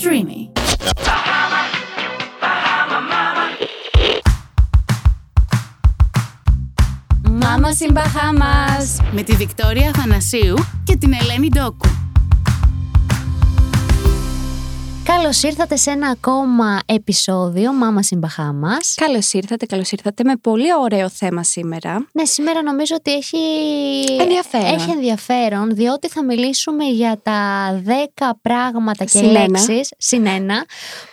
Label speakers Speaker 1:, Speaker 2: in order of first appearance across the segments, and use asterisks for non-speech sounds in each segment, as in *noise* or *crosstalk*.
Speaker 1: creamy.
Speaker 2: Μάμα in Bahamas.
Speaker 1: Με τη Βικτόρια Αθανασίου και την Ελένη Ντόκου.
Speaker 3: Καλώς ήρθατε σε ένα ακόμα επεισόδιο Μάμα Συμπαχά μας.
Speaker 2: Καλώς ήρθατε, καλώς ήρθατε. Με πολύ ωραίο θέμα σήμερα.
Speaker 3: Ναι, σήμερα νομίζω ότι έχει...
Speaker 2: Ενδιαφέρον.
Speaker 3: Έχει ενδιαφέρον, διότι θα μιλήσουμε για τα 10 πράγματα και
Speaker 2: Συν ένα.
Speaker 3: λέξεις, συν ένα,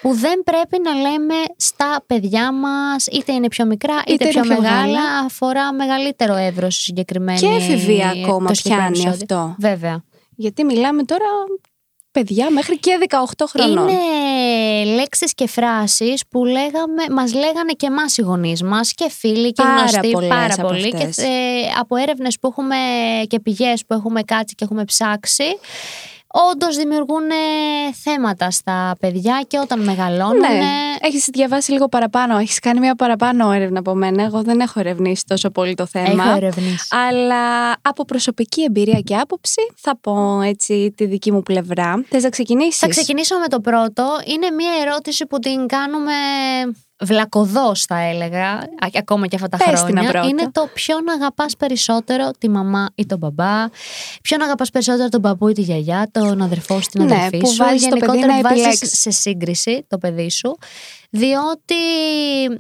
Speaker 3: που δεν πρέπει να λέμε στα παιδιά μας, είτε είναι πιο μικρά, είτε,
Speaker 2: Είτε
Speaker 3: πιο,
Speaker 2: είναι πιο
Speaker 3: μεγάλα,
Speaker 2: μεγάλα.
Speaker 3: αφορά μεγαλύτερο εύρος συγκεκριμένη.
Speaker 2: Και εφηβεία
Speaker 3: το
Speaker 2: ακόμα
Speaker 3: συγκεκριμένο
Speaker 2: πιάνει
Speaker 3: επεισόδιο.
Speaker 2: αυτό.
Speaker 3: Βέβαια.
Speaker 2: Γιατί μιλάμε τώρα παιδιά μέχρι και 18 χρονών.
Speaker 3: Είναι λέξεις και φράσεις που λέγαμε, μας λέγανε και εμάς οι γονείς μας και φίλοι και
Speaker 2: Πάρα
Speaker 3: γνωστοί
Speaker 2: πολλές
Speaker 3: πάρα
Speaker 2: από
Speaker 3: πολύ
Speaker 2: αυτές.
Speaker 3: και ε, από έρευνες που έχουμε και πηγές που έχουμε κάτσει και έχουμε ψάξει Όντως δημιουργούν ε, θέματα στα παιδιά και όταν μεγαλώνουν
Speaker 2: Ναι.
Speaker 3: ε,
Speaker 2: Έχεις διαβάσει λίγο παραπάνω. Έχεις κάνει μια παραπάνω έρευνα από μένα. Εγώ δεν έχω ερευνήσει τόσο πολύ το θέμα.
Speaker 3: έχω ερευνήσει.
Speaker 2: Αλλά από προσωπική εμπειρία και άποψη θα πω έτσι τη δική μου πλευρά. Θες να ξεκινήσεις?
Speaker 3: Θα ξεκινήσω με το πρώτο. Είναι μια ερώτηση που την κάνουμε βλακοδός θα έλεγα, α- ακόμα και αυτά τα
Speaker 2: Πες την
Speaker 3: χρόνια.
Speaker 2: απρότα.
Speaker 3: Είναι το ποιον αγαπάς περισσότερο, τη μαμά ή τον μπαμπά, ποιον αγαπάς περισσότερο, τον παππού ή τη γιαγιά, τον αδερφό ή την
Speaker 2: Ναι,
Speaker 3: αδερφή
Speaker 2: που
Speaker 3: σου.
Speaker 2: βάζεις το παιδί
Speaker 3: Γενικότερα
Speaker 2: να
Speaker 3: βάζεις
Speaker 2: επιλέξεις.
Speaker 3: σε σύγκριση το παιδί σου. Διότι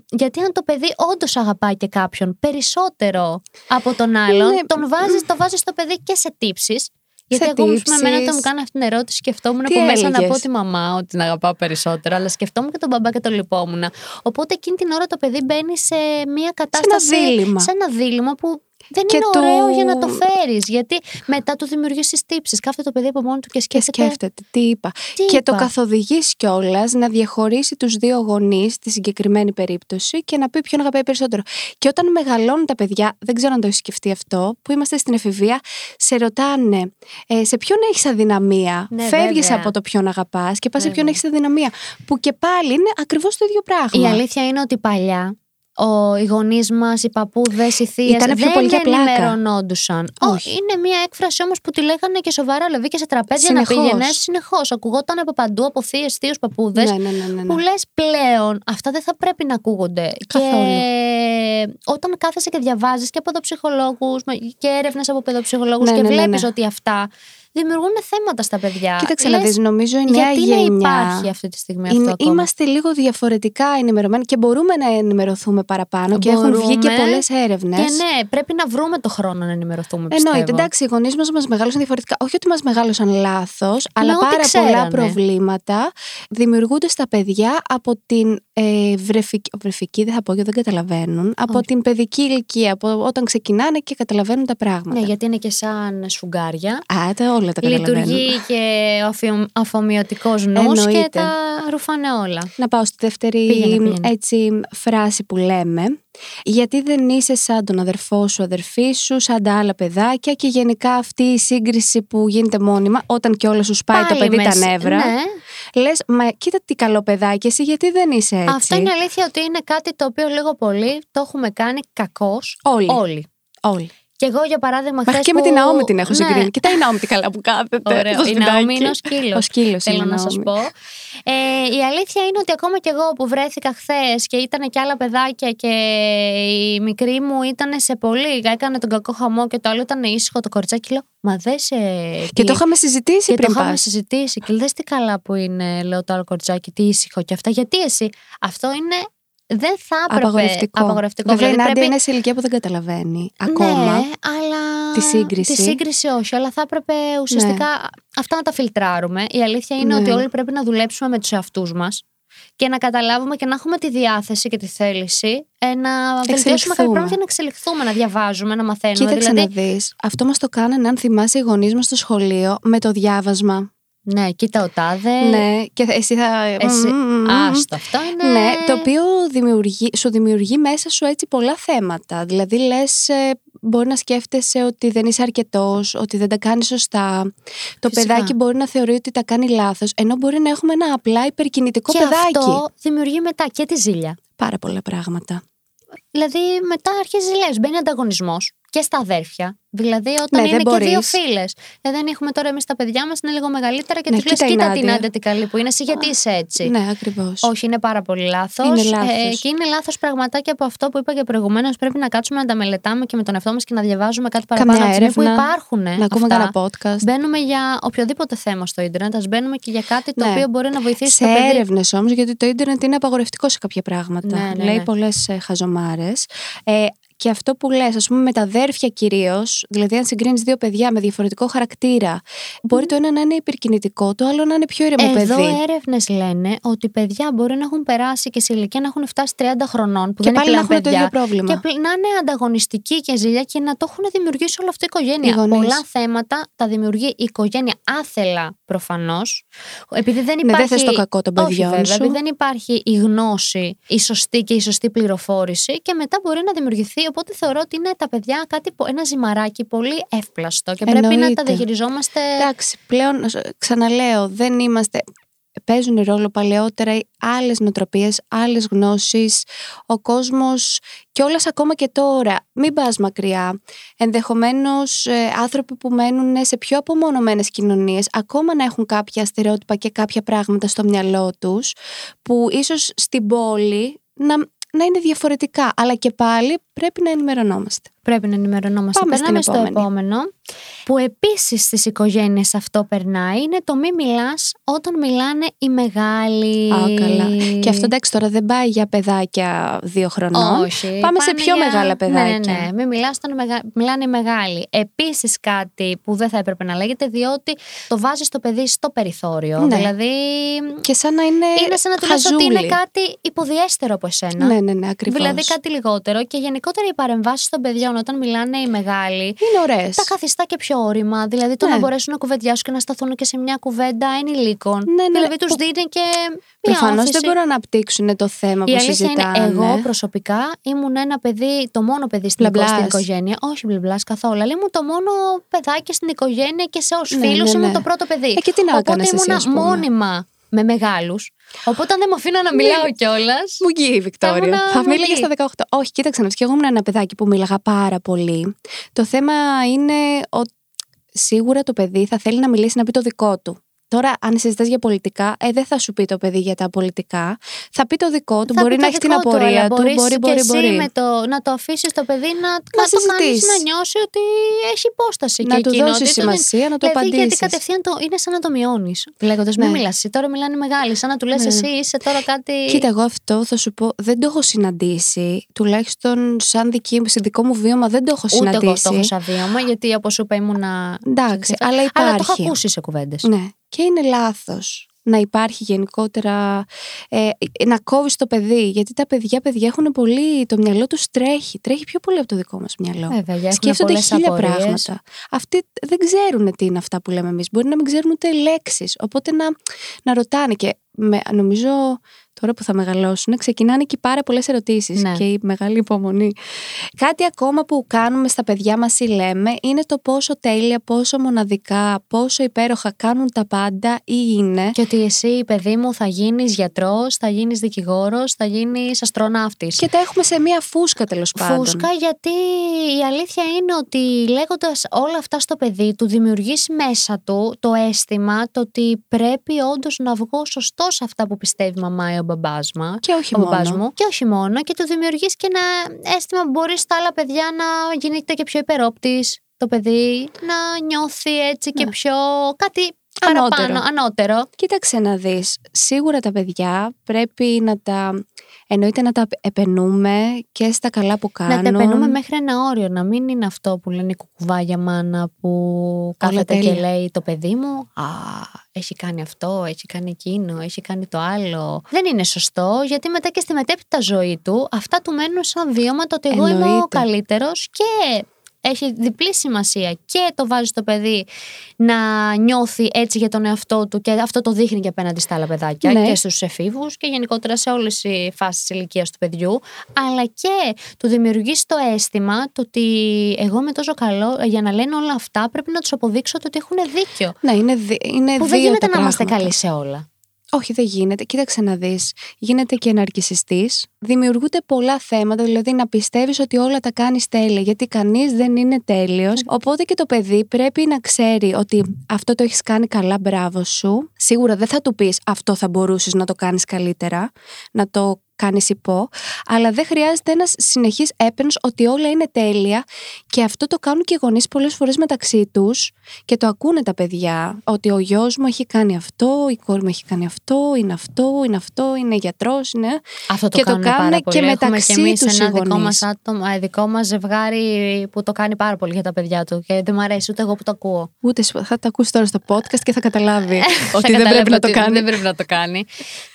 Speaker 3: γιατί αν το παιδί όντως αγαπάει και κάποιον περισσότερο από τον άλλον,
Speaker 2: Ναι.
Speaker 3: τον βάζεις, το βάζεις στο παιδί και σε τύψεις. Γιατί εγώ ας πούμε, εμένα
Speaker 2: τύψεις.
Speaker 3: όταν μου κάνει αυτή την ερώτηση σκεφτόμουν
Speaker 2: Τι
Speaker 3: που μέσα να
Speaker 2: έλεγες?
Speaker 3: πω τη μαμά ότι την αγαπάω περισσότερο, αλλά σκεφτόμουν και τον μπαμπά και τον λυπόμουν. Οπότε εκείνη την ώρα το παιδί μπαίνει σε μια κατάσταση.
Speaker 2: δίλημμα.
Speaker 3: σε ένα δίλημμα που δεν
Speaker 2: Και
Speaker 3: είναι
Speaker 2: του-
Speaker 3: ωραίο για να το φέρεις. Γιατί μετά του δημιουργείς τύψει. Κάθε το παιδί από μόνο του και
Speaker 2: Και
Speaker 3: σκέφτεται.
Speaker 2: σκέφτεται τι είπα.
Speaker 3: «Τι
Speaker 2: και το
Speaker 3: είπα».
Speaker 2: καθοδηγείς κιόλας να διαχωρίσει τους δύο γονείς στη συγκεκριμένη περίπτωση και να πει ποιον αγαπάει περισσότερο. Και όταν μεγαλώνουν τα παιδιά, δεν ξέρω αν το έχει σκεφτεί αυτό, που είμαστε στην εφηβεία, σε ρωτάνε ε, σε ποιον έχεις αδυναμία.
Speaker 3: Ναι,
Speaker 2: Φεύγεις
Speaker 3: βέβαια.
Speaker 2: από το ποιον αγαπάς και πας σε ποιον
Speaker 3: Βέβαια.
Speaker 2: έχεις αδυναμία. Που και πάλι είναι ακριβώς το ίδιο
Speaker 3: Η
Speaker 2: πράγμα.
Speaker 3: αλήθεια είναι ότι παλιά ο, οι γονείς μας, οι παππούδες, οι θείες
Speaker 2: Ήτανε
Speaker 3: δεν
Speaker 2: πιο πολύ για πλάκα.
Speaker 3: ενημερωνόντουσαν.
Speaker 2: Όχι.
Speaker 3: Όχι. Είναι μια έκφραση όμως που τη λέγανε και σοβαρά, δηλαδή και σε τραπέζια
Speaker 2: Συνεχώς.
Speaker 3: να πήγαινε. Συνεχώς. Ακουγόταν από παντού, από θείες, θείους, παππούδες.
Speaker 2: Ναι, ναι, ναι, ναι, ναι.
Speaker 3: Που λες πλέον, αυτά δεν θα πρέπει να ακούγονται.
Speaker 2: Καθόλου.
Speaker 3: Και όταν κάθεσαι και διαβάζεις και από παιδοψυχολόγους και έρευνες από παιδοψυχολόγους
Speaker 2: Ναι,
Speaker 3: και
Speaker 2: ναι, ναι,
Speaker 3: βλέπεις
Speaker 2: ναι.
Speaker 3: ότι αυτά δημιουργούν θέματα στα παιδιά.
Speaker 2: Κοίταξε να
Speaker 3: Λες,
Speaker 2: δεις, νομίζω η νέα
Speaker 3: Γιατί να
Speaker 2: γενιά...
Speaker 3: υπάρχει αυτή τη στιγμή
Speaker 2: Είναι-
Speaker 3: αυτό ακόμα.
Speaker 2: είμαστε λίγο διαφορετικά ενημερωμένοι και μπορούμε να ενημερωθούμε παραπάνω και έχουν βγει και
Speaker 3: Μπορούμε.
Speaker 2: πολλές έρευνες.
Speaker 3: Και ναι, πρέπει να βρούμε το χρόνο να ενημερωθούμε.
Speaker 2: Εννοείται,
Speaker 3: πιστεύω.
Speaker 2: εντάξει, οι γονείς μας μας μεγάλωσαν διαφορετικά. Όχι ότι μας μεγάλωσαν λάθος, αλλά
Speaker 3: Ναι, ό,τι
Speaker 2: πάρα πολλά
Speaker 3: ξέρανε.
Speaker 2: προβλήματα δημιουργούνται στα παιδιά από την ε, βρεφική. Βρεφική, δεν θα πω γιατί δεν καταλαβαίνουν. Από την παιδική ηλικία, από όταν ξεκινάνε και καταλαβαίνουν τα πράγματα.
Speaker 3: Ναι, γιατί είναι και σαν σφουγγάρια.
Speaker 2: Α, τα όλα τα καταλαβαίνουν.
Speaker 3: Λειτουργεί και ο αφιο- αφομοιωτικός νους
Speaker 2: Εννοείται.
Speaker 3: και τα ρουφάνε όλα.
Speaker 2: Να πάω στη δεύτερη
Speaker 3: Πήγαινε, πήγαινε.
Speaker 2: Έτσι, φράση που λέμε. Γιατί δεν είσαι σαν τον αδερφό σου, αδερφή σου, σαν τα άλλα παιδάκια και γενικά αυτή η σύγκριση που γίνεται μόνιμα όταν και όλα σου σπάει το
Speaker 3: Πάλι
Speaker 2: παιδί τα
Speaker 3: μέσα-
Speaker 2: νεύρα.
Speaker 3: Ναι.
Speaker 2: Λες, μα κοίτα τι καλό παιδάκι εσύ, γιατί δεν είσαι έτσι.
Speaker 3: Αυτό είναι αλήθεια ότι είναι κάτι το οποίο λίγο πολύ το έχουμε κάνει κακώς
Speaker 2: Όλοι.
Speaker 3: όλοι.
Speaker 2: Όλοι.
Speaker 3: Και εγώ για παράδειγμα χθε.
Speaker 2: Μέχρι και με την Ναόμη την έχω συγκρίνει. Κοίτα η Ναόμη τι καλά που κάθεται.
Speaker 3: Ωραίο.
Speaker 2: στο
Speaker 3: Ναι. Η
Speaker 2: σπιτάκι.
Speaker 3: Ναόμη είναι ο σκύλος.
Speaker 2: Ο σκύλος
Speaker 3: Θέλω
Speaker 2: είναι η
Speaker 3: να σας
Speaker 2: Ναόμη.
Speaker 3: πω. Ε, η αλήθεια είναι ότι ακόμα κι εγώ που βρέθηκα χθες και ήταν και άλλα παιδάκια και η μικρή μου ήταν σε πολύ. Έκανε τον κακό χαμό και το άλλο ήταν ήσυχο το κοριτσάκι. Λέω, Μα δε σε.
Speaker 2: Και
Speaker 3: τι-
Speaker 2: το είχαμε συζητήσει
Speaker 3: και το
Speaker 2: πριν
Speaker 3: είχαμε
Speaker 2: πας.
Speaker 3: συζητήσει. Και λες τι καλά που είναι, λέω το άλλο κοριτσάκι, τι ήσυχο και αυτά. Γιατί εσύ. Αυτό είναι. Δεν θα έπρεπε.
Speaker 2: Απαγορευτικό.
Speaker 3: Απαγορευτικό.
Speaker 2: Βέβαια, η
Speaker 3: δηλαδή,
Speaker 2: Νάντια
Speaker 3: πρέπει-
Speaker 2: είναι σε ηλικία που δεν καταλαβαίνει ακόμα.
Speaker 3: ναι, αλλά.
Speaker 2: Τη σύγκριση.
Speaker 3: Τη σύγκριση όχι, αλλά θα έπρεπε ουσιαστικά αυτά να τα φιλτράρουμε. Η αλήθεια είναι
Speaker 2: Ναι.
Speaker 3: ότι όλοι πρέπει να δουλέψουμε με τους εαυτούς μας και να καταλάβουμε και να έχουμε τη διάθεση και τη θέληση ε, να βελτιώσουμε
Speaker 2: Εξελιχθούμε.
Speaker 3: κάποια πράγματα και να εξελιχθούμε, να διαβάζουμε, να μαθαίνουμε.
Speaker 2: Κοίταξε
Speaker 3: δηλαδή,
Speaker 2: να δεις. Αυτό μας το κάνανε, αν θυμάσαι, οι γονείς μας στο σχολείο με το διάβασμα.
Speaker 3: ναι, κοίτα ο τάδε.
Speaker 2: ναι, και εσύ θα.
Speaker 3: Εσύ,
Speaker 2: Μμμ.
Speaker 3: άστο, αυτό είναι.
Speaker 2: Ναι, το οποίο δημιουργεί, σου δημιουργεί μέσα σου έτσι πολλά θέματα. Δηλαδή, λες, μπορεί να σκέφτεσαι ότι δεν είσαι αρκετός, ότι δεν τα κάνεις σωστά. Το
Speaker 3: Φυσικά.
Speaker 2: παιδάκι μπορεί να θεωρεί ότι τα κάνει λάθος, ενώ μπορεί να έχουμε ένα απλά υπερκινητικό
Speaker 3: και
Speaker 2: παιδάκι.
Speaker 3: αυτό δημιουργεί μετά και τη ζήλια.
Speaker 2: Πάρα πολλά πράγματα.
Speaker 3: Δηλαδή μετά αρχίζει λες, μπαίνει ανταγωνισμός. και στα αδέρφια. Δηλαδή, όταν
Speaker 2: Ναι,
Speaker 3: είναι
Speaker 2: δεν
Speaker 3: και
Speaker 2: μπορείς.
Speaker 3: δύο φίλες. Ε, δεν έχουμε τώρα εμείς τα παιδιά μας, είναι λίγο μεγαλύτερα και
Speaker 2: Ναι,
Speaker 3: τους λες:
Speaker 2: κοίτα η
Speaker 3: Κοίτα
Speaker 2: Νάντια».
Speaker 3: την άντε τι καλή που είναι, εσύ γιατί είσαι έτσι.
Speaker 2: Ναι, ακριβώς.
Speaker 3: Όχι, είναι πάρα πολύ λάθος.
Speaker 2: Είναι λάθος.
Speaker 3: και είναι λάθος πραγματάκια από αυτό που είπα και προηγουμένως. Πρέπει να κάτσουμε να τα μελετάμε και με τον εαυτό μας και να διαβάζουμε κάτι
Speaker 2: Καμιά
Speaker 3: παραπάνω από τη στιγμή που
Speaker 2: έρευνα,
Speaker 3: υπάρχουν. ε,
Speaker 2: να ακούμε
Speaker 3: αυτά.
Speaker 2: κανένα podcast.
Speaker 3: Μπαίνουμε για οποιοδήποτε θέμα στο ίντερνετ. Ας μπαίνουμε και για κάτι το
Speaker 2: Ναι.
Speaker 3: οποίο μπορεί να βοηθήσει
Speaker 2: Σε
Speaker 3: το παιδί.
Speaker 2: έρευνες όμως, γιατί το ίντερνετ είναι απαγορευτικό σε κάποια πράγματα.
Speaker 3: Ναι, ναι,
Speaker 2: Λέει
Speaker 3: ναι.
Speaker 2: πολλές χαζομάρες. Ε, και αυτό που λες, ας πούμε, με τα αδέρφια κυρίως, δηλαδή αν συγκρίνεις δύο παιδιά με διαφορετικό χαρακτήρα, μπορεί το ένα να είναι υπερκινητικό, το άλλο να είναι πιο ήρεμο
Speaker 3: Εδώ
Speaker 2: παιδί.
Speaker 3: έρευνες λένε ότι παιδιά μπορεί να έχουν περάσει και σε ηλικία να έχουν φτάσει 30 χρονών, που
Speaker 2: Και
Speaker 3: δεν είναι
Speaker 2: πάλι
Speaker 3: πλέον
Speaker 2: να έχουν το
Speaker 3: παιδιά.
Speaker 2: ίδιο πρόβλημα.
Speaker 3: Και πλη- να είναι ανταγωνιστικοί και ζήλια και να το έχουν δημιουργήσει όλο αυτό η οικογένεια.
Speaker 2: Οι γονείς.
Speaker 3: Πολλά θέματα τα δημιουργεί η οικογένεια άθελα προφανώς. Επειδή δεν
Speaker 2: Ναι,
Speaker 3: υπάρχει.
Speaker 2: δεν θες το κακό των
Speaker 3: Όχι,
Speaker 2: παιδιών
Speaker 3: βέβαια,
Speaker 2: σου.
Speaker 3: επειδή δεν υπάρχει η γνώση, η σωστή και η σωστή πληροφόρηση και μετά μπορεί να δημιουργηθεί. Οπότε θεωρώ ότι είναι τα παιδιά κάτι, πο- ένα ζυμαράκι πολύ εύπλαστο και πρέπει να τα
Speaker 2: Εννοείται.
Speaker 3: διαχειριζόμαστε.
Speaker 2: Εντάξει, πλέον ε, ξαναλέω, δεν είμαστε. Παίζουν ρόλο παλαιότερα άλλες νοοτροπίες, άλλες γνώσεις, ο κόσμος και όλας ακόμα και τώρα. Μην πας μακριά. Ενδεχομένως άνθρωποι που μένουν σε πιο απομονωμένες κοινωνίες, ακόμα να έχουν κάποια στερεότυπα και κάποια πράγματα στο μυαλό τους, που ίσως στην πόλη να, να είναι διαφορετικά. Αλλά και πάλι πρέπει να ενημερωνόμαστε.
Speaker 3: Πρέπει να ενημερωνόμαστε.
Speaker 2: Πάμε
Speaker 3: Περνάμε
Speaker 2: στην
Speaker 3: στο
Speaker 2: επόμενη.
Speaker 3: επόμενο. Που επίσης στις οικογένειες αυτό περνάει είναι το μη μιλάς όταν μιλάνε οι μεγάλοι.
Speaker 2: Α, καλά. Και αυτό εντάξει τώρα δεν πάει για παιδάκια δύο χρονών.
Speaker 3: Όχι.
Speaker 2: Πάμε σε
Speaker 3: πάνε
Speaker 2: πιο
Speaker 3: για-
Speaker 2: μεγάλα παιδάκια.
Speaker 3: Ναι, ναι, ναι. Μην μιλάς όταν μεγα... μιλάνε οι μεγάλοι. Επίσης κάτι που δεν θα έπρεπε να λέγεται, διότι το βάζεις το παιδί στο περιθώριο.
Speaker 2: Ναι. Ε,
Speaker 3: Δηλαδή.
Speaker 2: Και σαν να είναι.
Speaker 3: Είναι σαν να του λες ότι
Speaker 2: χαζούλι.
Speaker 3: είναι κάτι υποδιέστερο από εσένα.
Speaker 2: Ναι, ναι, ναι, ακριβώς.
Speaker 3: δηλαδή κάτι λιγότερο. Και γενικότερα οι παρεμβάσεις των παιδιών όταν μιλάνε οι μεγάλοι.
Speaker 2: Είναι ωραίες.
Speaker 3: Τα καθιστά και πιο όρημα. Δηλαδή το
Speaker 2: Ναι.
Speaker 3: να μπορέσουν να κουβεντιάσουν και να σταθούν και σε μια κουβέντα ενηλίκων.
Speaker 2: Ναι, ναι,
Speaker 3: δηλαδή
Speaker 2: που-
Speaker 3: του δίνει και. μια
Speaker 2: Προφανώς
Speaker 3: όθηση.
Speaker 2: δεν μπορούν να αναπτύξουν το θέμα
Speaker 3: Η
Speaker 2: που
Speaker 3: αλήθεια είναι,
Speaker 2: συζητάνε.
Speaker 3: εγώ προσωπικά ήμουν ένα παιδί, το μόνο παιδί στην,
Speaker 2: Μπλα-μπλας.
Speaker 3: στην οικογένεια. Όχι μπλεμπλά καθόλου, αλλά ήμουν το μόνο παιδάκι στην οικογένεια και σε όσου
Speaker 2: Ναι,
Speaker 3: φίλου
Speaker 2: ναι, ναι.
Speaker 3: ήμουν το πρώτο παιδί.
Speaker 2: Ε, και τι να
Speaker 3: Οπότε
Speaker 2: έκανες εσύ,
Speaker 3: ήμουνα
Speaker 2: ας πούμε.
Speaker 3: μόνιμα με μεγάλους. Οπότε αν δεν μου αφήνα να
Speaker 2: Ναι.
Speaker 3: μιλάω κιόλας.
Speaker 2: Μου γκύει η Βικτόρια.
Speaker 3: Ήμουνα
Speaker 2: Θα
Speaker 3: μου
Speaker 2: μίλαγε στα
Speaker 3: γκύει.
Speaker 2: 18. Όχι, κοίταξε να δεις, και εγώ ήμουν ένα παιδάκι που μίλαγα πάρα πολύ. Το θέμα είναι ότι σίγουρα το παιδί θα θέλει να μιλήσει να πει το δικό του. Τώρα, αν συζητάς για πολιτικά, ε, δεν θα σου πει το παιδί για τα πολιτικά. Θα πει το δικό του. μπορεί να έχει την απορία του. Μπορείς, μπορεί, μπορεί.
Speaker 3: Με το, να το αφήσεις το παιδί να, να, το κάνει
Speaker 2: συζητείς.
Speaker 3: να νιώσει ότι έχει υπόσταση.
Speaker 2: Να
Speaker 3: και
Speaker 2: του
Speaker 3: εκείνο,
Speaker 2: δώσει
Speaker 3: ότι το δεν-
Speaker 2: σημασία, να το
Speaker 3: δηλαδή, Γιατί
Speaker 2: απαντήσεις.
Speaker 3: κατευθείαν το, είναι σαν να το μειώνεις. Λέγοντας, μην
Speaker 2: Ναι.
Speaker 3: μιλάς. Τώρα μιλάνε οι μεγάλοι. Σαν να του λες,
Speaker 2: Ναι.
Speaker 3: εσύ είσαι τώρα κάτι.
Speaker 2: Κοίτα, εγώ αυτό θα σου πω, δεν το έχω συναντήσει. Τουλάχιστον σαν δική, σε δικό μου βίωμα δεν το έχω
Speaker 3: Ούτε εγώ
Speaker 2: συναντήσει.
Speaker 3: το έχω σαν βίωμα, γιατί όπως σου είπα ήμουνα.
Speaker 2: Εντάξει, αλλά
Speaker 3: Αλλά το έχω
Speaker 2: υπάρχει.
Speaker 3: ακούσει σε κουβέντες.
Speaker 2: Ναι. Και είναι λάθος να υπάρχει γενικότερα. Ε, να κόβεις το παιδί. Γιατί τα παιδιά, παιδιά έχουν πολύ. Το μυαλό τους τρέχει. Τρέχει πιο πολύ από το δικό μας μυαλό.
Speaker 3: Βέβαια, έχουν
Speaker 2: Ναι. Σκέφτονται
Speaker 3: πολλές
Speaker 2: χίλια
Speaker 3: απορίες.
Speaker 2: πράγματα. Αυτοί δεν ξέρουν τι είναι αυτά που λέμε εμείς. Μπορεί να μην ξέρουν ούτε λέξεις. Οπότε να, να ρωτάνε. Και με, νομίζω τώρα που θα μεγαλώσουν, ξεκινάνε και πάρα πολλές ερωτήσεις.
Speaker 3: Ναι.
Speaker 2: Και η μεγάλη υπομονή. Κάτι ακόμα που κάνουμε στα παιδιά μας ή λέμε είναι το πόσο τέλεια, πόσο μοναδικά, πόσο υπέροχα κάνουν τα πάντα ή είναι.
Speaker 3: Και ότι εσύ, παιδί μου, θα γίνεις γιατρός, θα γίνεις δικηγόρος, θα γίνεις αστροναύτης.
Speaker 2: Και τα έχουμε σε μία φούσκα τέλος πάντων.
Speaker 3: Φούσκα γιατί η αλήθεια είναι ότι λέγοντας όλα αυτά στο παιδί του δημιουργείς μέσα του το αίσθημα το ότι πρέπει όντως να βγω σωστός σε αυτά που πιστεύει η μαμά ή ο μπαμπάς μα.
Speaker 2: Και όχι
Speaker 3: Ο μπαμπάς
Speaker 2: μόνο.
Speaker 3: μου. Και όχι μόνο. Και του δημιουργείς και ένα αίσθημα που μπορείς στα άλλα παιδιά να γίνεται και πιο υπερόπτης το παιδί, να νιώθει έτσι και πιο κάτι
Speaker 2: Ναι. Ανώτερο.
Speaker 3: παραπάνω, ανώτερο.
Speaker 2: Κοίταξε να δεις, σίγουρα τα παιδιά πρέπει να τα, εννοείται να τα επενούμε και στα καλά που κάνουν.
Speaker 3: Να τα επενούμε μέχρι ένα όριο. Να μην είναι αυτό που λένε η κουκουβάγια μάνα που κάθεται και
Speaker 2: τέλεια.
Speaker 3: λέει το παιδί μου. Α, έχει κάνει αυτό, έχει κάνει εκείνο, έχει κάνει το άλλο. Δεν είναι σωστό, γιατί μετά και στη μετέπειτα ζωή του αυτά του μένουν σαν βίωμα το ότι εγώ είμαι ο
Speaker 2: Εννοείται.
Speaker 3: καλύτερος και έχει διπλή σημασία και το βάζεις το παιδί να νιώθει έτσι για τον εαυτό του και αυτό το δείχνει και απέναντι στα άλλα παιδάκια
Speaker 2: Ναι.
Speaker 3: και στους εφήβους και γενικότερα σε όλες οι φάσεις της ηλικίας του παιδιού αλλά και του δημιουργείς το αίσθημα το ότι εγώ είμαι τόσο καλό για να λένε όλα αυτά πρέπει να τους αποδείξω το ότι έχουν δίκιο
Speaker 2: Ναι, είναι, δι- είναι
Speaker 3: που
Speaker 2: δύο
Speaker 3: δεν γίνεται
Speaker 2: τα
Speaker 3: να είμαστε
Speaker 2: πράγματα.
Speaker 3: καλοί σε όλα
Speaker 2: Όχι, δεν γίνεται. Κοίταξε να δεις. Γίνεται και ναρκιστή. Δημιουργούνται πολλά θέματα, δηλαδή να πιστεύεις ότι όλα τα κάνεις τέλεια, γιατί κανείς δεν είναι τέλειος. Οπότε και το παιδί πρέπει να ξέρει ότι αυτό το έχεις κάνει καλά, μπράβο σου. Σίγουρα δεν θα του πεις αυτό θα μπορούσες να το κάνεις καλύτερα, να το κάνεις υπό, αλλά δεν χρειάζεται ένας συνεχής έπαινος ότι όλα είναι τέλεια και αυτό το κάνουν και οι γονείς πολλές φορές μεταξύ τους και το ακούνε τα παιδιά. Ότι ο γιος μου έχει κάνει αυτό, η κόρη μου έχει κάνει αυτό, είναι αυτό, είναι αυτό, είναι γιατρός, είναι.
Speaker 3: Αυτό το
Speaker 2: Και το
Speaker 3: κάνουν
Speaker 2: κάνουν
Speaker 3: πάρα
Speaker 2: και
Speaker 3: πολύ. Έχουμε
Speaker 2: μεταξύ
Speaker 3: και εμείς
Speaker 2: τους οι
Speaker 3: ένα δικό
Speaker 2: γονείς.
Speaker 3: μας, άτομο, ε, δικό μας ζευγάρι που το κάνει πάρα πολύ για τα παιδιά του και δεν μ' αρέσει ούτε εγώ που το ακούω.
Speaker 2: Ούτε σου- θα τα ακούσει τώρα στο podcast και θα καταλάβει
Speaker 3: Ε, Θα *laughs*
Speaker 2: ότι δεν
Speaker 3: καταλάβω
Speaker 2: πρέπει να το
Speaker 3: ότι
Speaker 2: κάνει.
Speaker 3: Δεν πρέπει να το κάνει.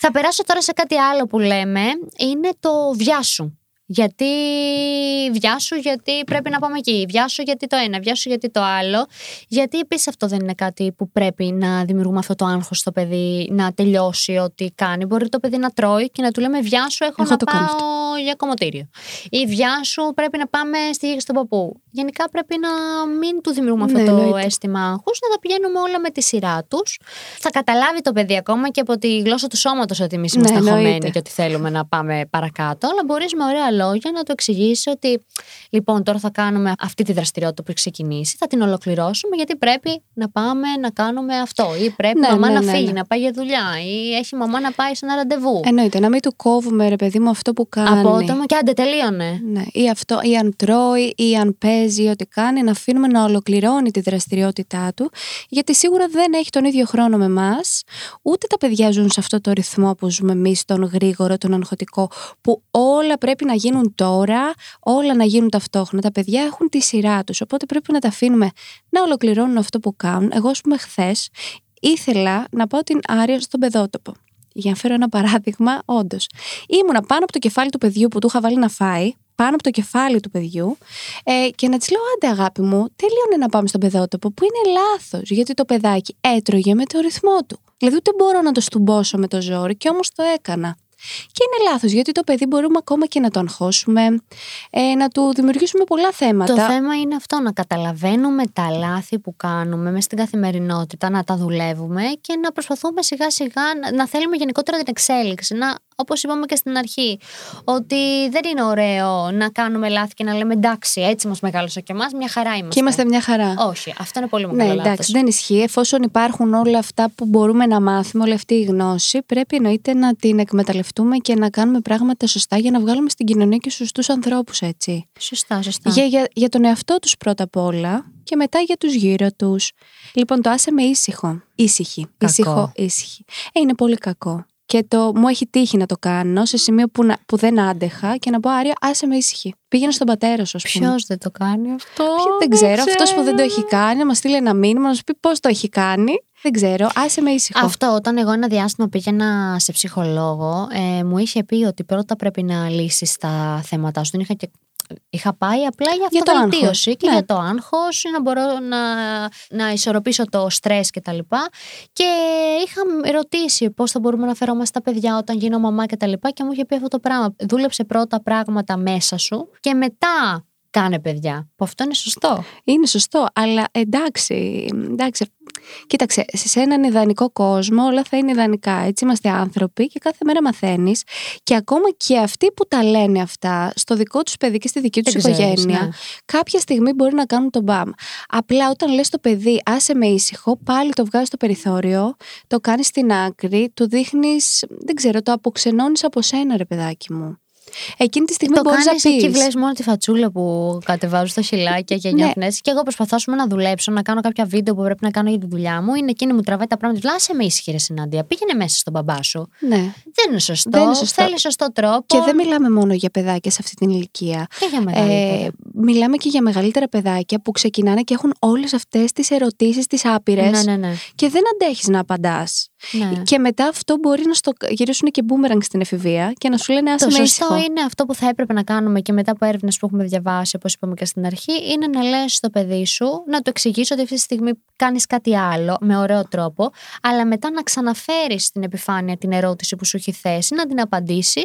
Speaker 3: Θα περάσω τώρα σε κάτι άλλο που λέμε. Είναι το βιάσου. Γιατί βιάσου, γιατί πρέπει να πάμε εκεί. Βιάσου, γιατί το ένα. Βιάσου, γιατί το άλλο. Γιατί επίσης αυτό δεν είναι κάτι που πρέπει να δημιουργούμε αυτό το άγχος στο παιδί να τελειώσει ό,τι κάνει. Μπορεί το παιδί να τρώει και να του λέμε βιάσου, έχω
Speaker 2: Εγώ
Speaker 3: να
Speaker 2: το κάνω
Speaker 3: πάω για κομμωτήριο. Ή βιάσου, πρέπει να πάμε στη γη στον παππού. Γενικά πρέπει να μην του δημιουργούμε αυτό
Speaker 2: Ναι,
Speaker 3: το
Speaker 2: εννοείται.
Speaker 3: αίσθημα άγχους, να τα πηγαίνουμε όλα με τη σειρά τους. Θα καταλάβει το παιδί ακόμα και από τη γλώσσα του σώματος ότι εμείς
Speaker 2: Ναι,
Speaker 3: είμαστε
Speaker 2: εννοείται.
Speaker 3: αγχωμένοι και ότι θέλουμε να πάμε παρακάτω. Αλλά μπορείς με ωραία λόγια να του εξηγήσει ότι λοιπόν τώρα θα κάνουμε αυτή τη δραστηριότητα που έχει ξεκινήσει, θα την ολοκληρώσουμε γιατί πρέπει να πάμε να κάνουμε αυτό. Ή πρέπει
Speaker 2: Ναι,
Speaker 3: η μαμά
Speaker 2: ναι,
Speaker 3: να
Speaker 2: ναι,
Speaker 3: φύγει,
Speaker 2: ναι.
Speaker 3: να πάει για δουλειά. Ή έχει η μαμά να πάει σε ένα ραντεβού.
Speaker 2: Εννοείται, να μην του κόβουμε ρε παιδί μου αυτό που κάνει.
Speaker 3: Απότομα και άντε τελείωνε.
Speaker 2: Ναι, ή αυτό, ή αν τρώει, ή αν παίζει, ή ό,τι κάνει, να αφήνουμε να ολοκληρώνει τη δραστηριότητά του, γιατί σίγουρα δεν έχει τον ίδιο χρόνο με εμάς, ούτε τα παιδιά ζουν σε αυτό το ρυθμό που ζούμε εμείς, τον γρήγορο, τον αγχωτικό, που όλα πρέπει να γίνουν τώρα, όλα να γίνουν ταυτόχρονα. Τα παιδιά έχουν τη σειρά τους, οπότε πρέπει να τα αφήνουμε να ολοκληρώνουν αυτό που κάνουν. Εγώ, ας πούμε, χθες ήθελα να πάω την Άρια στον παιδότοπο. Για να φέρω ένα παράδειγμα, όντως. Ήμουνα πάνω από το κεφάλι του παιδιού που του είχα βάλει να φάει, πάνω από το κεφάλι του παιδιού, ε, και να της λέω: Άντε, αγάπη μου, τελείωνε να πάμε στον παιδότοπο, που είναι λάθος, γιατί το παιδάκι έτρωγε με το ρυθμό του. Δηλαδή, ούτε μπορώ να το στουμπώσω με το ζόρι, και όμως το έκανα. Και είναι λάθος, γιατί το παιδί μπορούμε ακόμα και να το αγχώσουμε, ε, να του δημιουργήσουμε πολλά θέματα.
Speaker 3: Το θέμα είναι αυτό, να καταλαβαίνουμε τα λάθη που κάνουμε μέσα στην καθημερινότητα, να τα δουλεύουμε και να προσπαθούμε σιγά σιγά να, να θέλουμε γενικότερα την εξέλιξη. Να, όπως είπαμε και στην αρχή, ότι δεν είναι ωραίο να κάνουμε λάθη και να λέμε εντάξει, έτσι μας μεγάλωσε και εμάς, μια χαρά είμαστε.
Speaker 2: Και είμαστε μια χαρά.
Speaker 3: Όχι, αυτό είναι πολύ
Speaker 2: Ναι,
Speaker 3: μεγάλο
Speaker 2: εντάξει,
Speaker 3: λάθος.
Speaker 2: δεν ισχύει. Εφόσον υπάρχουν όλα αυτά που μπορούμε να μάθουμε, όλη αυτή η γνώση, πρέπει εννοείται να την εκμεταλλευτούμε και να κάνουμε πράγματα σωστά για να βγάλουμε στην κοινωνία και σωστούς ανθρώπους, έτσι.
Speaker 3: Σωστά, σωστά.
Speaker 2: Για, για, για τον εαυτό τους πρώτα απ' όλα και μετά για τους γύρω τους. Λοιπόν, το άσε με ήσυχο. Ήσυχη.
Speaker 3: Κακό.
Speaker 2: Ήσυχο, ήσυχη. Ε, είναι πολύ κακό. Και το μου έχει τύχει να το κάνω σε σημείο που, να, που δεν άντεχα και να πω Άρια, άσε με ήσυχη. Πήγαινε στον πατέρα σου, ας πούμε.
Speaker 3: Ποιος δεν το κάνει αυτό.
Speaker 2: Ποιο- δεν ξέρω. Αυτός που δεν το έχει κάνει, να μας στείλει ένα μήνυμα, να σου πει πώς το έχει κάνει. Δεν ξέρω. Άσε με ήσυχο.
Speaker 3: Αυτό, όταν εγώ ένα διάστημα πήγαινα σε ψυχολόγο, ε, μου είχε πει ότι πρώτα πρέπει να λύσεις τα θέματα σου. Τον Είχα, και... είχα πάει απλά για
Speaker 2: Για το
Speaker 3: αυτοβελτίωση
Speaker 2: άγχος,
Speaker 3: και
Speaker 2: ναι.
Speaker 3: για το άγχος, να μπορώ να, να ισορροπήσω το στρες κτλ. Και, τα λοιπά. και είχα ρωτήσει πώς θα μπορούμε να φερόμαστε τα παιδιά όταν γίνω μαμά κτλ. Και, τα λοιπά και μου είχε πει αυτό το πράγμα. Δούλεψε πρώτα πράγματα μέσα σου και μετά κάνε παιδιά. Που αυτό είναι σωστό.
Speaker 2: Είναι σωστό, αλλά εντάξει, εντάξει. Κοίταξε, σε έναν ιδανικό κόσμο όλα θα είναι ιδανικά. Έτσι είμαστε άνθρωποι και κάθε μέρα μαθαίνεις. Και ακόμα και αυτοί που τα λένε αυτά στο δικό τους παιδί και στη δική τους
Speaker 3: Δεν ξέρεις,
Speaker 2: οικογένεια,
Speaker 3: ναι.
Speaker 2: κάποια στιγμή μπορεί να κάνουν τον μπαμ. Απλά όταν λες το παιδί, άσε με ήσυχο, πάλι το βγάζεις στο περιθώριο, το κάνεις στην άκρη, του δείχνεις, δεν ξέρω, το αποξενώνεις από σένα, ρε παιδάκι μου. Εκείνη τη στιγμή
Speaker 3: Ε, Το
Speaker 2: μπορείς να
Speaker 3: κάνεις
Speaker 2: πει.
Speaker 3: εκεί, βλέπεις μόνο τη φατσούλα που κατεβάζω στα χιλάκια και
Speaker 2: Ναι.
Speaker 3: νιώθνε. Και εγώ προσπαθώ ας πούμε, να δουλέψω, να κάνω κάποια βίντεο που πρέπει να κάνω για τη δουλειά μου. Είναι εκείνη που μου τραβάει τα πράγματα. Λάσε με ήσυχη ρε συνάντια. Πήγαινε μέσα στον μπαμπά σου.
Speaker 2: Ναι.
Speaker 3: Δεν είναι σωστό.
Speaker 2: Δεν είναι σωστό.
Speaker 3: Θέλει σωστό τρόπο.
Speaker 2: Και δεν μιλάμε μόνο για παιδάκια σε αυτή την ηλικία.
Speaker 3: Και για μεγαλύτερα.
Speaker 2: Ε, μιλάμε και για μεγαλύτερα παιδάκια που ξεκινάνε και έχουν όλες αυτές τις ερωτήσεις, τις άπειρες
Speaker 3: ναι, ναι, ναι.
Speaker 2: και δεν αντέχεις να απαντάς.
Speaker 3: ναι.
Speaker 2: Και μετά αυτό μπορεί να στο γυρίσουν και μπούμεραγκ στην εφηβεία και να σου λένε άσε
Speaker 3: Το
Speaker 2: με
Speaker 3: σωστό
Speaker 2: ήσυχο.
Speaker 3: είναι αυτό που θα έπρεπε να κάνουμε και μετά από έρευνες που έχουμε διαβάσει, όπως είπαμε και στην αρχή, είναι να λες στο παιδί σου, να του εξηγήσει ότι αυτή τη στιγμή κάνεις κάτι άλλο με ωραίο τρόπο, αλλά μετά να ξαναφέρεις στην επιφάνεια την ερώτηση που σου έχει θέσει, να την απαντήσεις.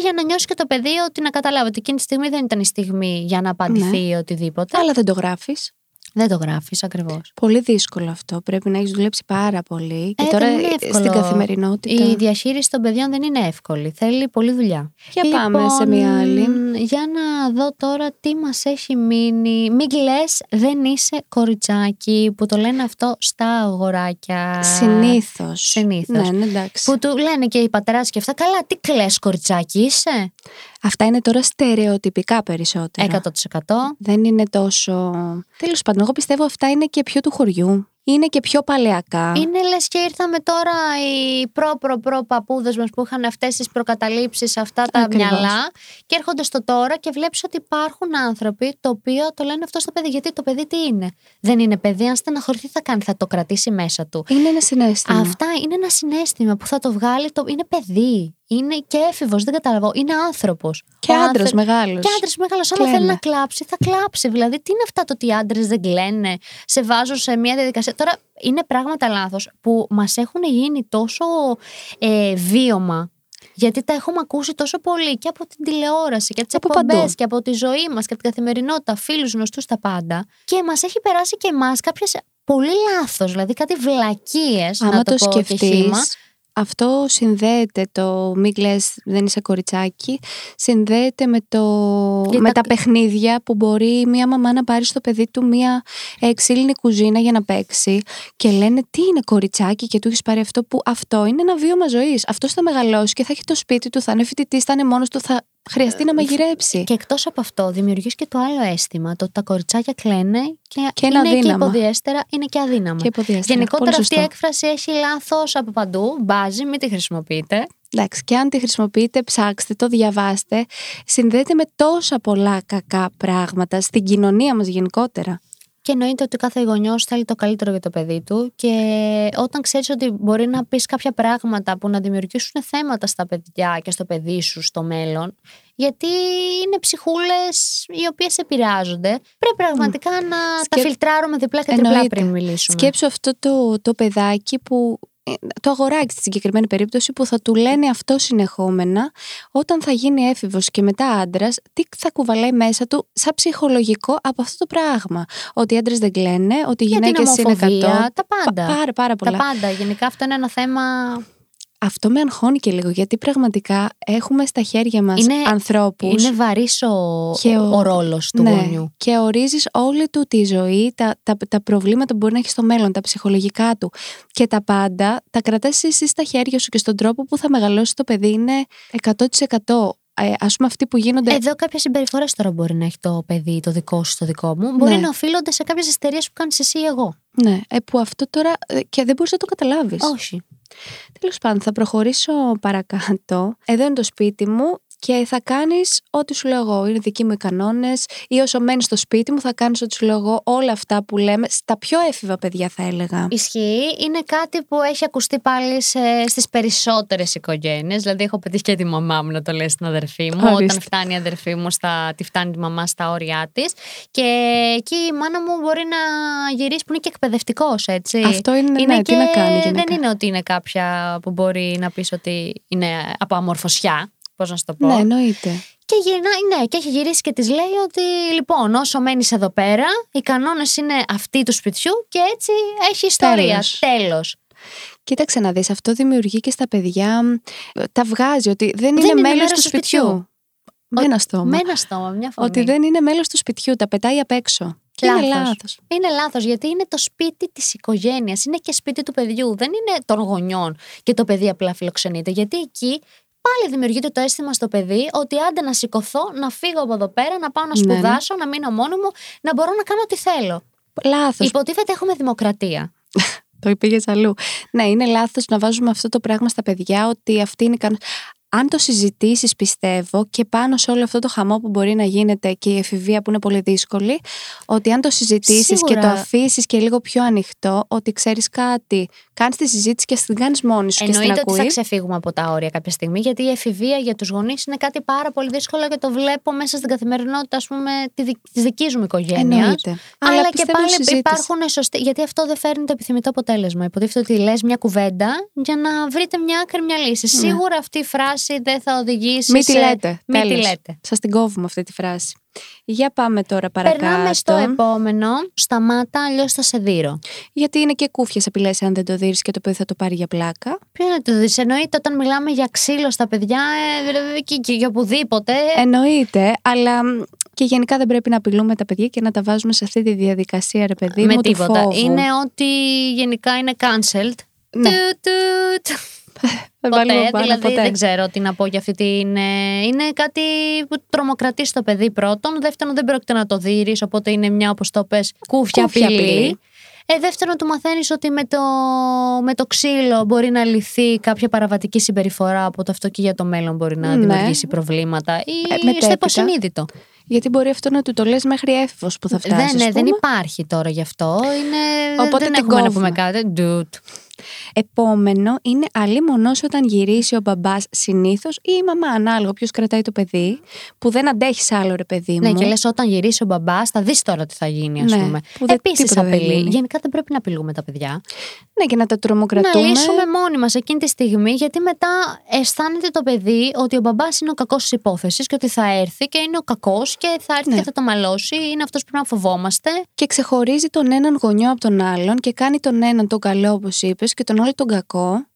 Speaker 3: Για να νιώσει και το Ναι. παιδί ότι να καταλάβει ότι εκείνη τη στιγμή δεν ήταν η στιγμή για να απαντηθεί ή οτιδήποτε.
Speaker 2: Αλλά δεν το γράφεις.
Speaker 3: Δεν το γράφεις ακριβώς.
Speaker 2: Πολύ δύσκολο αυτό. Πρέπει να έχεις δουλέψει πάρα πολύ. Και
Speaker 3: Ε,
Speaker 2: τώρα
Speaker 3: δεν είναι εύκολο.
Speaker 2: στην καθημερινότητα.
Speaker 3: Η διαχείριση των παιδιών δεν είναι εύκολη. Θέλει πολλή δουλειά.
Speaker 2: Για πάμε σε
Speaker 3: Λοιπόν,
Speaker 2: μία άλλη.
Speaker 3: Για να δω τώρα τι μας έχει μείνει. Μην λε, δεν είσαι κοριτσάκι που το λένε αυτό στα αγοράκια.
Speaker 2: Συνήθως.
Speaker 3: Συνήθως.
Speaker 2: Ναι, ναι, εντάξει.
Speaker 3: Που του λένε και οι πατέρα και αυτά. Καλά, τι κλαις κοριτσάκι είσαι.
Speaker 2: Αυτά είναι τώρα στερεοτυπικά περισσότερο.
Speaker 3: 100%.
Speaker 2: Δεν είναι τόσο. Τέλος πάντων, εγώ πιστεύω αυτά είναι και πιο του χωριού. Είναι και πιο παλαιακά.
Speaker 3: Είναι λες και ήρθαμε τώρα οι προ-προ-προ παππούδε μας που είχαν αυτές τις προκαταλήψεις, αυτά τα
Speaker 2: Ακριβώς.
Speaker 3: μυαλά. Και έρχονται στο τώρα και βλέπεις ότι υπάρχουν άνθρωποι το οποίο το λένε αυτό στο παιδί. Γιατί το παιδί τι είναι. Δεν είναι παιδί, αν στεναχωρηθεί θα κάνει, θα το κρατήσει μέσα του.
Speaker 2: Είναι ένα συνέστημα.
Speaker 3: Αυτά είναι ένα συνέστημα που θα το βγάλει. Το... Είναι παιδί. Είναι και έφηβος, δεν καταλαβαίνω. Είναι άνθρωπος.
Speaker 2: Και άντρας μεγάλος.
Speaker 3: Και άντρε μεγάλο, άμα
Speaker 2: Κλαίνε.
Speaker 3: θέλει να κλάψει, θα κλάψει. Δηλαδή, τι είναι αυτά το ότι οι άντρες δεν κλαίνε, σε βάζουν σε μια διαδικασία. Τώρα, είναι πράγματα λάθος που μας έχουν γίνει τόσο ε, βίωμα. Γιατί τα έχουμε ακούσει τόσο πολύ και από την τηλεόραση και από τις
Speaker 2: Από παντού.
Speaker 3: εκπομπέ και από τη ζωή μας και από την καθημερινότητα, φίλους γνωστούς τα πάντα. Και μας έχει περάσει και εμάς κάποιες πολύ λάθος, δηλαδή κάτι βλακίες.
Speaker 2: Άμα
Speaker 3: να
Speaker 2: το,
Speaker 3: το, πω και
Speaker 2: σκεφτείς,
Speaker 3: χήμα.
Speaker 2: αυτό συνδέεται το μη κλαις, δεν είσαι κοριτσάκι, συνδέεται με, το,
Speaker 3: Και
Speaker 2: με
Speaker 3: τα-
Speaker 2: τα... παιχνίδια που μπορεί μια μαμά να πάρει στο παιδί του μια ε, ξύλινη κουζίνα για να παίξει και λένε τι είναι κοριτσάκι και του έχεις πάρει αυτό που αυτό είναι ένα βίωμα ζωής. Αυτός θα μεγαλώσει και θα έχει το σπίτι του, θα είναι φοιτητής, θα είναι μόνος του, θα χρειαστεί να μαγειρέψει.
Speaker 3: Ε, Και εκτός από αυτό, δημιουργείς και το άλλο αίσθημα, το ότι τα κοριτσάκια κλαίνε και,
Speaker 2: Και είναι
Speaker 3: είναι
Speaker 2: αδύναμα.
Speaker 3: και υποδιέστερα, είναι και αδύναμα.
Speaker 2: Και υποδιαστέρα.
Speaker 3: Γενικότερα
Speaker 2: Πολύ
Speaker 3: αυτή η
Speaker 2: σωστό.
Speaker 3: έκφραση έχει λάθος από παντού. Μπάζει, μην τη χρησιμοποιείτε.
Speaker 2: Εντάξει, και αν τη χρησιμοποιείτε, ψάξτε το, διαβάστε. Συνδέεται με τόσα πολλά κακά πράγματα στην κοινωνία μας γενικότερα.
Speaker 3: Και εννοείται ότι κάθε γονιός θέλει το καλύτερο για το παιδί του. Και όταν ξέρεις ότι μπορεί να πεις κάποια πράγματα που να δημιουργήσουν θέματα στα παιδιά και στο παιδί σου στο μέλλον, γιατί είναι ψυχούλες οι οποίες επηρεάζονται, πρέπει πραγματικά να τα
Speaker 2: Σκέπ-
Speaker 3: φιλτράρουμε διπλά και τριπλά
Speaker 2: Εννοείται.
Speaker 3: πριν μιλήσουμε.
Speaker 2: Σκέψου αυτό το, το παιδάκι που. ε, Το αγοράκι στη συγκεκριμένη περίπτωση που θα του λένε αυτό συνεχόμενα όταν θα γίνει έφηβος και μετά άντρας, τι θα κουβαλάει μέσα του σαν ψυχολογικό από αυτό το πράγμα. Ότι οι άντρες δεν κλαίνε, ότι οι
Speaker 3: Για την
Speaker 2: γυναίκες είναι
Speaker 3: ομοφοβία,
Speaker 2: κατώ.
Speaker 3: τα πάντα.
Speaker 2: Πα- Πάρα, πάρα πολλά.
Speaker 3: Τα πάντα. Γενικά αυτό είναι ένα θέμα
Speaker 2: Αυτό με αγχώνει και λίγο γιατί πραγματικά έχουμε στα χέρια μας
Speaker 3: Είναι-
Speaker 2: ανθρώπους.
Speaker 3: που είναι βαρύς ο,
Speaker 2: Και ο-
Speaker 3: ο... Ναι. ρόλος του γονιού.
Speaker 2: Ναι, Και ορίζεις όλη του τη ζωή, τα, τα, τα προβλήματα που μπορεί να έχεις στο μέλλον, τα ψυχολογικά του και τα πάντα, τα κρατάς εσύ στα χέρια σου και στον τρόπο που θα μεγαλώσει το παιδί είναι 100%. Ε, ας πούμε αυτοί που γίνονται.
Speaker 3: Εδώ κάποιε συμπεριφορέ τώρα μπορεί να έχει το παιδί, το δικό σου, το δικό μου. Μπορεί
Speaker 2: Ναι.
Speaker 3: να οφείλονται σε κάποιες εταιρείε που κάνεις εσύ ή εγώ.
Speaker 2: ναι, ε, που αυτό τώρα. ε, και δεν μπορείς να το καταλάβεις.
Speaker 3: Όχι.
Speaker 2: Τέλος πάντων, θα προχωρήσω παρακάτω. Εδώ είναι το σπίτι μου και θα κάνεις ό,τι σου λέω εγώ. Είναι δικοί μου οι κανόνες. Ή όσο μένεις στο σπίτι μου, θα κάνεις ό,τι σου λέω εγώ. Όλα αυτά που λέμε στα πιο έφηβα παιδιά, θα έλεγα.
Speaker 3: Ισχύει. Είναι κάτι που έχει ακουστεί πάλι σε, στις περισσότερες οικογένειες. Δηλαδή έχω πετύχει και τη μαμά μου να το λέει στην αδερφή μου.
Speaker 2: Ορίστε.
Speaker 3: Όταν φτάνει η αδερφή μου, στα, τη φτάνει τη μαμά στα όρια της. Και εκεί η μάνα μου μπορεί να γυρίσει που είναι και εκπαιδευτικός έτσι.
Speaker 2: Αυτό είναι, ναι, τι
Speaker 3: Ε, και-
Speaker 2: να κάνει γενικά.
Speaker 3: Δεν είναι ότι είναι κάποια που μπορεί να πεις ότι είναι από αμορφωσιά. Πώς να σου το πω.
Speaker 2: Ναι, εννοείται.
Speaker 3: Και γυρνάει, ναι, και έχει γυρίσει και της λέει ότι λοιπόν, όσο μένεις εδώ πέρα, οι κανόνες είναι αυτοί του σπιτιού και έτσι έχει ιστορία.
Speaker 2: Τέλος.
Speaker 3: Τέλος.
Speaker 2: Κοίταξε να δεις, αυτό δημιουργεί και στα παιδιά, μ, τα βγάζει ότι δεν,
Speaker 3: Δεν
Speaker 2: είναι,
Speaker 3: είναι
Speaker 2: μέλος
Speaker 3: μέρος
Speaker 2: του
Speaker 3: του σπιτιού.
Speaker 2: σπιτιού. Με ένα στόμα.
Speaker 3: Με ένα στόμα, μια φωνή.
Speaker 2: Ότι δεν είναι μέλος του σπιτιού, τα πετάει απ' έξω. Και Είναι
Speaker 3: Λάθος.
Speaker 2: λάθος.
Speaker 3: Είναι λάθος, γιατί είναι το σπίτι της οικογένειας. Είναι και σπίτι του παιδιού. Δεν είναι των γονιών και το παιδί απλά φιλοξενείται. Γιατί εκεί πάλι δημιουργείται το αίσθημα στο παιδί ότι άντε να σηκωθώ, να φύγω από εδώ πέρα, να πάω να
Speaker 2: Ναι, ναι.
Speaker 3: σπουδάσω, να μείνω μόνο μου, να μπορώ να κάνω ό,τι θέλω.
Speaker 2: Λάθος.
Speaker 3: Υποτίθεται έχουμε δημοκρατία.
Speaker 2: Το πήγες αλλού. Ναι, είναι λάθος να βάζουμε αυτό το πράγμα στα παιδιά ότι αυτή είναι κανο... Αν το συζητήσεις πιστεύω και πάνω σε όλο αυτό το χαμό που μπορεί να γίνεται και η εφηβεία που είναι πολύ δύσκολη, ότι αν το συζητήσεις και
Speaker 3: Σίγουρα.
Speaker 2: το αφήσεις και λίγο πιο ανοιχτό, ότι ξέρεις κάτι, κάνεις τη συζήτηση και την κάνεις μόνη σου και
Speaker 3: Εννοείται
Speaker 2: στην
Speaker 3: ότι
Speaker 2: ακούει.
Speaker 3: θα ξεφύγουμε από τα όρια κάποια στιγμή, γιατί η εφηβεία για τους γονείς είναι κάτι πάρα πολύ δύσκολο και το βλέπω μέσα στην καθημερινότητα, ας πούμε, τη δικής μου οικογένειας.
Speaker 2: Εννοείται.
Speaker 3: Αλλά, και
Speaker 2: πιστεύω
Speaker 3: πάλι
Speaker 2: συζήτηση.
Speaker 3: υπάρχουν σωστοί. Γιατί αυτό δεν φέρνει το επιθυμητό αποτέλεσμα. Υποτίθεται ότι λες μια κουβέντα για να βρείτε μια άκρη, μια λύση. Σίγουρα αυτή η φράση δεν θα οδηγήσει.
Speaker 2: Μην Ναι. τη
Speaker 3: σε-
Speaker 2: λέτε.
Speaker 3: Μην τη
Speaker 2: τέλος.
Speaker 3: λέτε.
Speaker 2: Σας την κόβουμε αυτή τη φράση. Για πάμε τώρα παρακάτω.
Speaker 3: Περνάμε στο επόμενο. Σταμάτα, αλλιώς θα σε δείρω.
Speaker 2: Γιατί είναι και κούφιες απειλές αν δεν το δει και το παιδί θα το πάρει για πλάκα.
Speaker 3: Ποιο να το δεις. Εννοείται όταν μιλάμε για ξύλο στα παιδιά ε, δηλαδή και, και για οπουδήποτε. ε,
Speaker 2: Εννοείται, αλλά μ, και γενικά δεν πρέπει να απειλούμε τα παιδιά και να τα βάζουμε σε αυτή τη διαδικασία, ρε παιδί
Speaker 3: με
Speaker 2: μου. του
Speaker 3: τίποτα.
Speaker 2: φόβου.
Speaker 3: Είναι ότι γενικά είναι cancelled.
Speaker 2: Ναι.
Speaker 3: Του, του, του.
Speaker 2: Δεν
Speaker 3: Ποτέ,
Speaker 2: βάλουμε πάνω
Speaker 3: δηλαδή
Speaker 2: ποτέ.
Speaker 3: δεν ξέρω τι να πω για αυτή την. ε, Είναι κάτι που τρομοκρατεί στο παιδί πρώτον. Δεύτερον, δεν πρόκειται να το δεις, οπότε είναι μια, όπως το πες, κούφια
Speaker 2: Κούφια
Speaker 3: απειλή.
Speaker 2: απειλή.
Speaker 3: Ε, δεύτερον, του μαθαίνεις ότι με το, με το ξύλο μπορεί να λυθεί κάποια παραβατική συμπεριφορά, οπότε αυτό και για το μέλλον μπορεί να
Speaker 2: Ναι.
Speaker 3: δημιουργήσει προβλήματα. Ή
Speaker 2: Ε,
Speaker 3: στο
Speaker 2: μετέπειτα.
Speaker 3: υποσυνείδητο.
Speaker 2: Γιατί μπορεί αυτό να του το λες μέχρι έφηβος που θα φτάσει.
Speaker 3: δεν,
Speaker 2: ας
Speaker 3: ναι, δεν
Speaker 2: πούμε.
Speaker 3: υπάρχει τώρα γι' αυτό. Είναι,
Speaker 2: Οπότε
Speaker 3: δεν
Speaker 2: την
Speaker 3: έχουμε να πούμε
Speaker 2: κόβουμε.
Speaker 3: κάτι. Ντουτ.
Speaker 2: Επόμενο είναι αλίμονος όταν γυρίσει ο μπαμπάς συνήθως ή η μαμά, ανάλογα ποιος κρατάει το παιδί, που δεν αντέχει άλλο ρε παιδί μου.
Speaker 3: Ναι, και λες όταν γυρίσει ο μπαμπάς, θα δεις τώρα τι θα γίνει, ας
Speaker 2: Ναι,
Speaker 3: πούμε.
Speaker 2: που δεν-
Speaker 3: Επίσης
Speaker 2: τίποτα δεν
Speaker 3: απειλή.
Speaker 2: γίνει.
Speaker 3: Γενικά δεν πρέπει να απειλούμε τα παιδιά.
Speaker 2: Ναι, και να τα τρομοκρατούμε.
Speaker 3: Να λύσουμε μόνοι μας εκείνη τη στιγμή, γιατί μετά αισθάνεται το παιδί ότι ο μπαμπάς είναι ο κακός της υπόθεσης και ότι θα έρθει και είναι ο κακός και θα έρθει
Speaker 2: Ναι.
Speaker 3: και θα το μαλώσει. Είναι αυτός που πρέπει να φοβόμαστε.
Speaker 2: Και ξεχωρίζει τον έναν γονιό από τον άλλον και κάνει τον έναν τον καλό, όπως είπες, και τον άλλο τον κακό.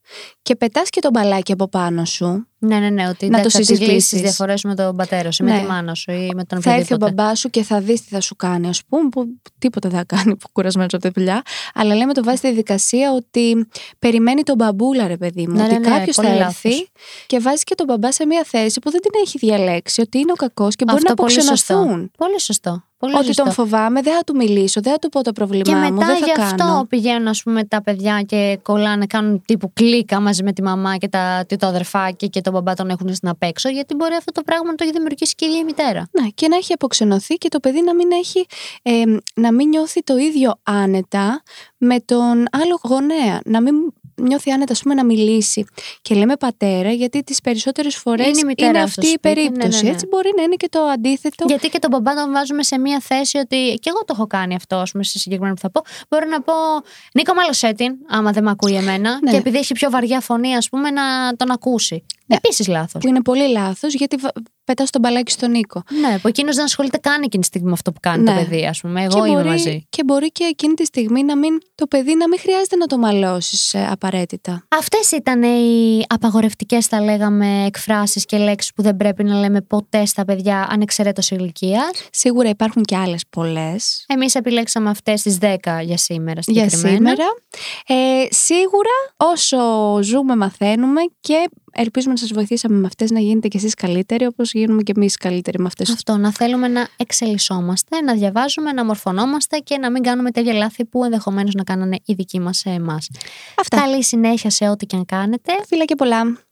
Speaker 2: Και πετάς και τον μπαλάκι από πάνω σου.
Speaker 3: Ναι, ναι, ναι, ότι
Speaker 2: Να
Speaker 3: εντάξει,
Speaker 2: το
Speaker 3: θα τις
Speaker 2: συζητήσεις.
Speaker 3: λύσεις διαφορές με τον πατέρα σου, ή με
Speaker 2: Ναι.
Speaker 3: τη μάνα σου ή με τον
Speaker 2: Θα έρθει ο
Speaker 3: οποιοδήποτε.
Speaker 2: μπαμπάς σου και θα δεις τι θα σου κάνει, ας πούμε, που τίποτα δεν θα κάνει που κουρασμένος από τη δουλειά. Αλλά λέμε το βάζει στη δικασία ότι περιμένει τον μπαμπούλα, ρε παιδί μου.
Speaker 3: Ναι,
Speaker 2: ότι
Speaker 3: ναι, ναι,
Speaker 2: κάποιος θα
Speaker 3: πολύ
Speaker 2: έρθει
Speaker 3: λάθος.
Speaker 2: και βάζει και τον μπαμπά σε μια θέση που δεν την έχει διαλέξει, ότι είναι ο κακός και μπορεί
Speaker 3: Αυτό
Speaker 2: να
Speaker 3: πολύ σωστό.
Speaker 2: αποξενωθούν.
Speaker 3: Πολύ σωστό. Πολύ
Speaker 2: Ότι
Speaker 3: σωστό.
Speaker 2: τον φοβάμαι, δεν θα του μιλήσω, δεν θα του πω το πρόβλημά
Speaker 3: Και
Speaker 2: μου,
Speaker 3: μετά
Speaker 2: δεν θα
Speaker 3: γι' αυτό
Speaker 2: κάνω.
Speaker 3: πηγαίνουν ας πούμε τα παιδιά και κολλάνε, κάνουν τύπου κλίκα μαζί με τη μαμά και τα, και το αδερφάκι και τον μπαμπά τον έχουν στην απέξω γιατί μπορεί αυτό το πράγμα να το έχει δημιουργήσει και η ίδια η μητέρα.
Speaker 2: Ναι, και να έχει αποξενωθεί και το παιδί να μην, έχει, ε, να μην νιώθει το ίδιο άνετα με τον άλλο γονέα. Να μην νιώθει άνετα, ας πούμε, να μιλήσει. Και λέμε πατέρα, γιατί τις περισσότερες
Speaker 3: Είναι η
Speaker 2: φορές είναι,
Speaker 3: μητέρα στο
Speaker 2: αυτή η
Speaker 3: σπίτι, ναι,
Speaker 2: περίπτωση.
Speaker 3: ναι, ναι.
Speaker 2: Έτσι μπορεί να είναι και το αντίθετο.
Speaker 3: Γιατί και τον μπαμπά τον βάζουμε σε μία θέση ότι. και εγώ το έχω κάνει αυτό, ας πούμε, στη συγκεκριμένη που θα πω. Μπορώ να πω Νίκο Μαλοσέτην, άμα δεν με ακούει εμένα.
Speaker 2: Ναι.
Speaker 3: Και επειδή έχει πιο βαριά φωνή, ας πούμε, να τον ακούσει.
Speaker 2: Ναι.
Speaker 3: Επίσης λάθος.
Speaker 2: Που είναι πολύ λάθος, γιατί βα- πετάς τον μπαλάκι στον Νίκο.
Speaker 3: Ναι, που εκείνος δεν ασχολείται καν εκείνη τη στιγμή με αυτό που κάνει το
Speaker 2: Ναι.
Speaker 3: παιδί, ας πούμε. Εγώ είμαι
Speaker 2: μπορεί,
Speaker 3: μαζί.
Speaker 2: και μπορεί και εκείνη τη στιγμή να μην, το παιδί να μην χρειάζεται να το μαλώσεις ε, απαραίτητα.
Speaker 3: Αυτές ήταν οι απαγορευτικές θα λέγαμε εκφράσεις και λέξεις που δεν πρέπει να λέμε ποτέ στα παιδιά ανεξαιρέτως ηλικίας.
Speaker 2: Σίγουρα υπάρχουν και άλλες πολλές.
Speaker 3: Εμείς επιλέξαμε αυτές τις 10 για σήμερα
Speaker 2: για
Speaker 3: συγκεκριμένα.
Speaker 2: σήμερα. Ε, σίγουρα όσο ζούμε μαθαίνουμε και ελπίζουμε να σας βοηθήσαμε με αυτές να γίνετε κι εσείς καλύτεροι όπως γίνουμε και εμείς καλύτεροι με αυτές.
Speaker 3: Αυτό, να θέλουμε να εξελισσόμαστε, να διαβάζουμε, να μορφωνόμαστε και να μην κάνουμε τέτοια λάθη που ενδεχομένως να κάνανε οι δικοί μας σε εμάς.
Speaker 2: Αυτά.
Speaker 3: Καλή συνέχεια σε ό,τι και αν κάνετε.
Speaker 2: Φίλα και πολλά.